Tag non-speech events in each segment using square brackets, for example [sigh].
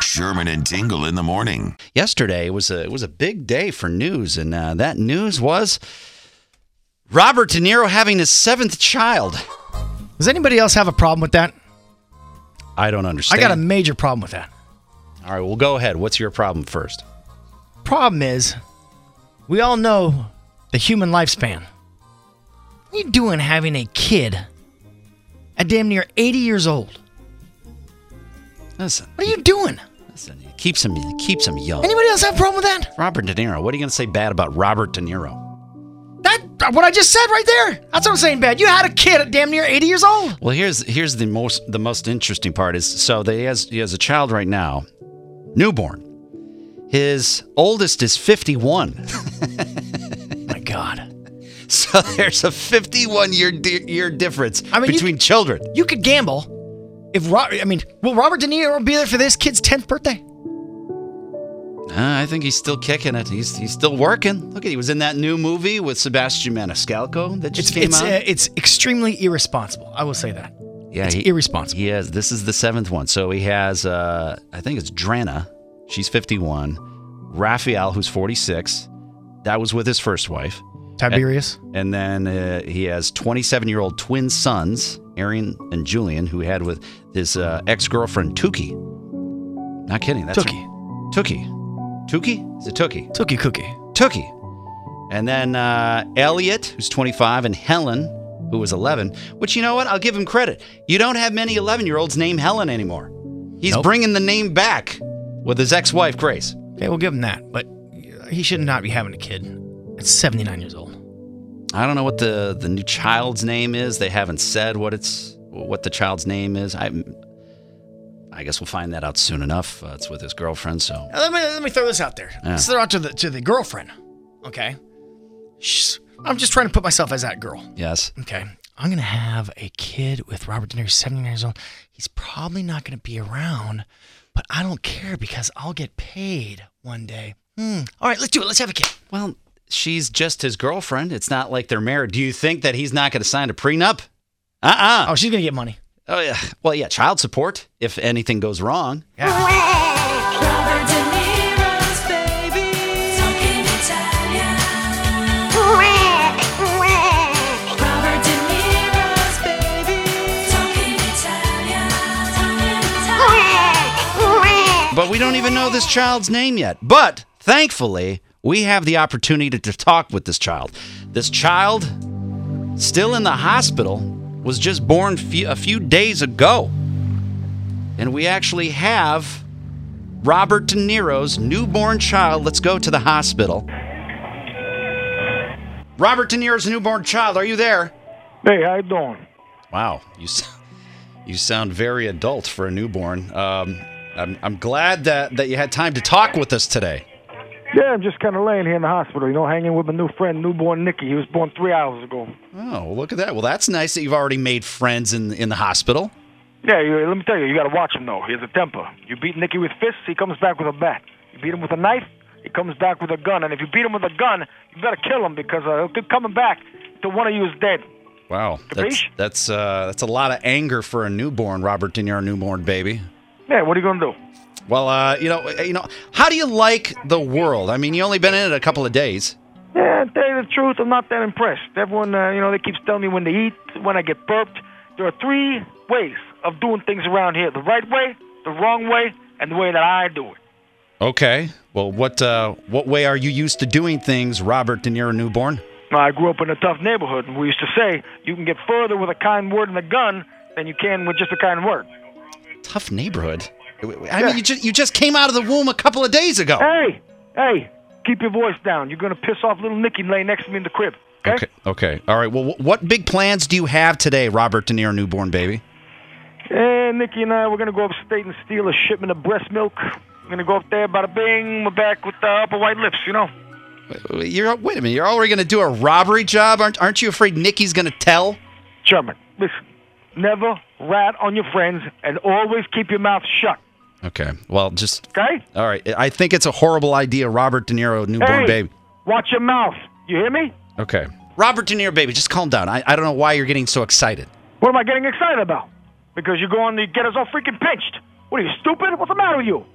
Sherman and Tingle in the morning. yesterday was a was a big day for news, and uh, that news was Robert De Niro having his seventh child. Does anybody else have a problem with that? I don't understand. I got a major problem with that. All right, well, go ahead. What's your problem first? Problem is, we all know the human lifespan. What are you doing having a kid at damn near 80 years old? Listen, What are you doing? listen. It keeps him it keeps him young. Anybody else have a problem with that? Robert De Niro. What are you going to say bad about Robert De Niro? That uh, what I just said right there. That's what I'm saying, bad. You had a kid at damn near 80 years old. Well, here's here's the most the most interesting part is so that he has he has a child right now, newborn. His oldest is 51. My God. [laughs] So there's a 51 year di- year difference I mean, you between children. You could gamble if Ro- I mean, will Robert De Niro be there for this kid's 10th birthday? Uh, I think he's still kicking it. He's he's still working. Look at he was in that new movie with Sebastian Maniscalco that just It's came it's, out. uh, it's extremely irresponsible. I will say that. yeah, it's he, irresponsible. He has this is the seventh one. So he has uh, I think it's Drana. She's 51. Raphael, who's 46. That was with his first wife. Tiberius. And then uh, he has 27 year old twin sons, Arian and Julian, who he had with his uh, ex girlfriend, Tuki. Not kidding. That's Tookie. Tuki. Tuki? Is it Tuki? Tookie Cookie. Tookie. And then uh, Elliot, who's 25, and Helen, who was 11, which, you know what? I'll give him credit. You don't have many 11 year olds named Helen anymore. He's Nope. bringing the name back with his ex wife, Grace. Okay, we'll give him that, but he should not be having a kid at 79 years old. I don't know what the, the new child's name is. They haven't said what it's what the child's name is. I I guess we'll find that out soon enough. Uh, it's with his girlfriend, so Now, let me let me throw this out there. Yeah. Let's throw it out to the to the girlfriend. Okay, She's, I'm just trying to put myself as that girl. yes. Okay, I'm gonna have a kid with Robert De Niro, 79 years old. He's probably not gonna be around, but I don't care because I'll get paid one day. Hmm. All right, let's do it. Let's have a kid. Well, she's just his girlfriend. It's not like they're married. Do you think that he's not going to sign a prenup? Uh-uh. Oh, she's gonna get money. Oh yeah. Well, yeah. Child support if anything goes wrong. Yeah. Robert De Niro's baby. Talking Italian. Robert De Niro's baby. Talking Italian. Talking Italian. But we don't even know this child's name yet. But thankfully, we have the opportunity to, to talk with this child. This child, still in the hospital, was just born fe- a few days ago, and we actually have Robert De Niro's newborn child. Let's go to the hospital. Robert De Niro's newborn child. Are you there? Hey, how you doing? Wow, you s- you sound very adult for a newborn. Um, I'm I'm glad that that you had time to talk with us today. Yeah, I'm just kind of laying here in the hospital, you know, hanging with my new friend, newborn Nikki. He was born three hours ago. Oh, well, look at that. Well, that's nice that you've already made friends in in the hospital. Yeah, you, let me tell you, you got to watch him, though. He has a temper. You beat Nikki with fists, he comes back with a bat. You beat him with a knife, he comes back with a gun. And if you beat him with a gun, you better kill him because uh, he'll keep coming back till one of you is dead. Wow, that's Capiche? that's uh, that's a lot of anger for a newborn, Robert De Niro, newborn baby. Yeah, what are you going to do? Well, uh, you know, you know, how do you like the world? I mean, you only been in it a couple of days. Yeah, to tell you the truth, I'm not that impressed. Everyone, uh, you know, they keeps telling me when to eat, when I get burped. There are three ways of doing things around here: the right way, the wrong way, and the way that I do it. Okay. Well, what uh, what way are you used to doing things, Robert De Niro newborn? Now, I grew up in a tough neighborhood, and we used to say you can get further with a kind word and a gun than you can with just a kind word. Tough neighborhood. I mean, you just you just came out of the womb a couple of days ago. Hey, hey, keep your voice down. You're gonna piss off little Nicky laying next to me in the crib. Okay. Okay. Okay. All right. Well, wh- what big plans do you have today, Robert De Niro newborn baby? And Nicky and I, we're gonna go upstate and steal a shipment of breast milk. We're gonna go up there, bada bing, we're back with the upper white lips, you know. You're wait a minute. You're already going to do a robbery job, aren't? Aren't you afraid Nikki's going to tell? German, listen, never rat on your friends and always keep your mouth shut. Okay. Well, just Okay? all right. I think it's a horrible idea, Robert De Niro newborn hey, baby. watch your mouth. You hear me? Okay. Robert De Niro baby, just calm down. I, I don't know why you're getting so excited. What am I getting excited about? Because you're going to get us all freaking pinched. What are you stupid? What's the matter with you?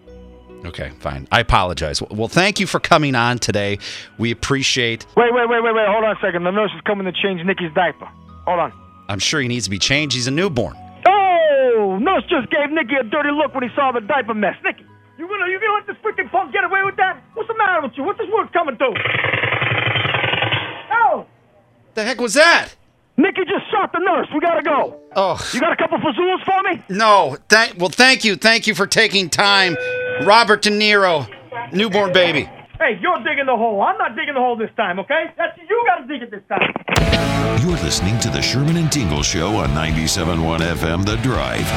Okay, fine. I apologize. Well, thank you for coming on today. We appreciate. Wait, wait, wait, wait, wait. Hold on a second. The nurse is coming to change Nikki's diaper. Hold on. I'm sure he needs to be changed. He's a newborn. Oh, nurse just gave Nikki a dirty look when he saw the diaper mess. Nikki, you gonna you gonna let this freaking punk get away with that? What's the matter with you? What's this word coming to? Oh, The heck was that? Nikki just shot the nurse. We gotta go. Oh. You got a couple fazools for me? No, thank. Well, thank you, thank you for taking time, Robert De Niro, newborn baby. Hey, you're digging the hole. I'm not digging the hole this time, okay? That's you gotta dig it this time. You're listening to the Sherman and Tingle Show on 97.1 FM The Drive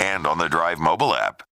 and on the Drive mobile app.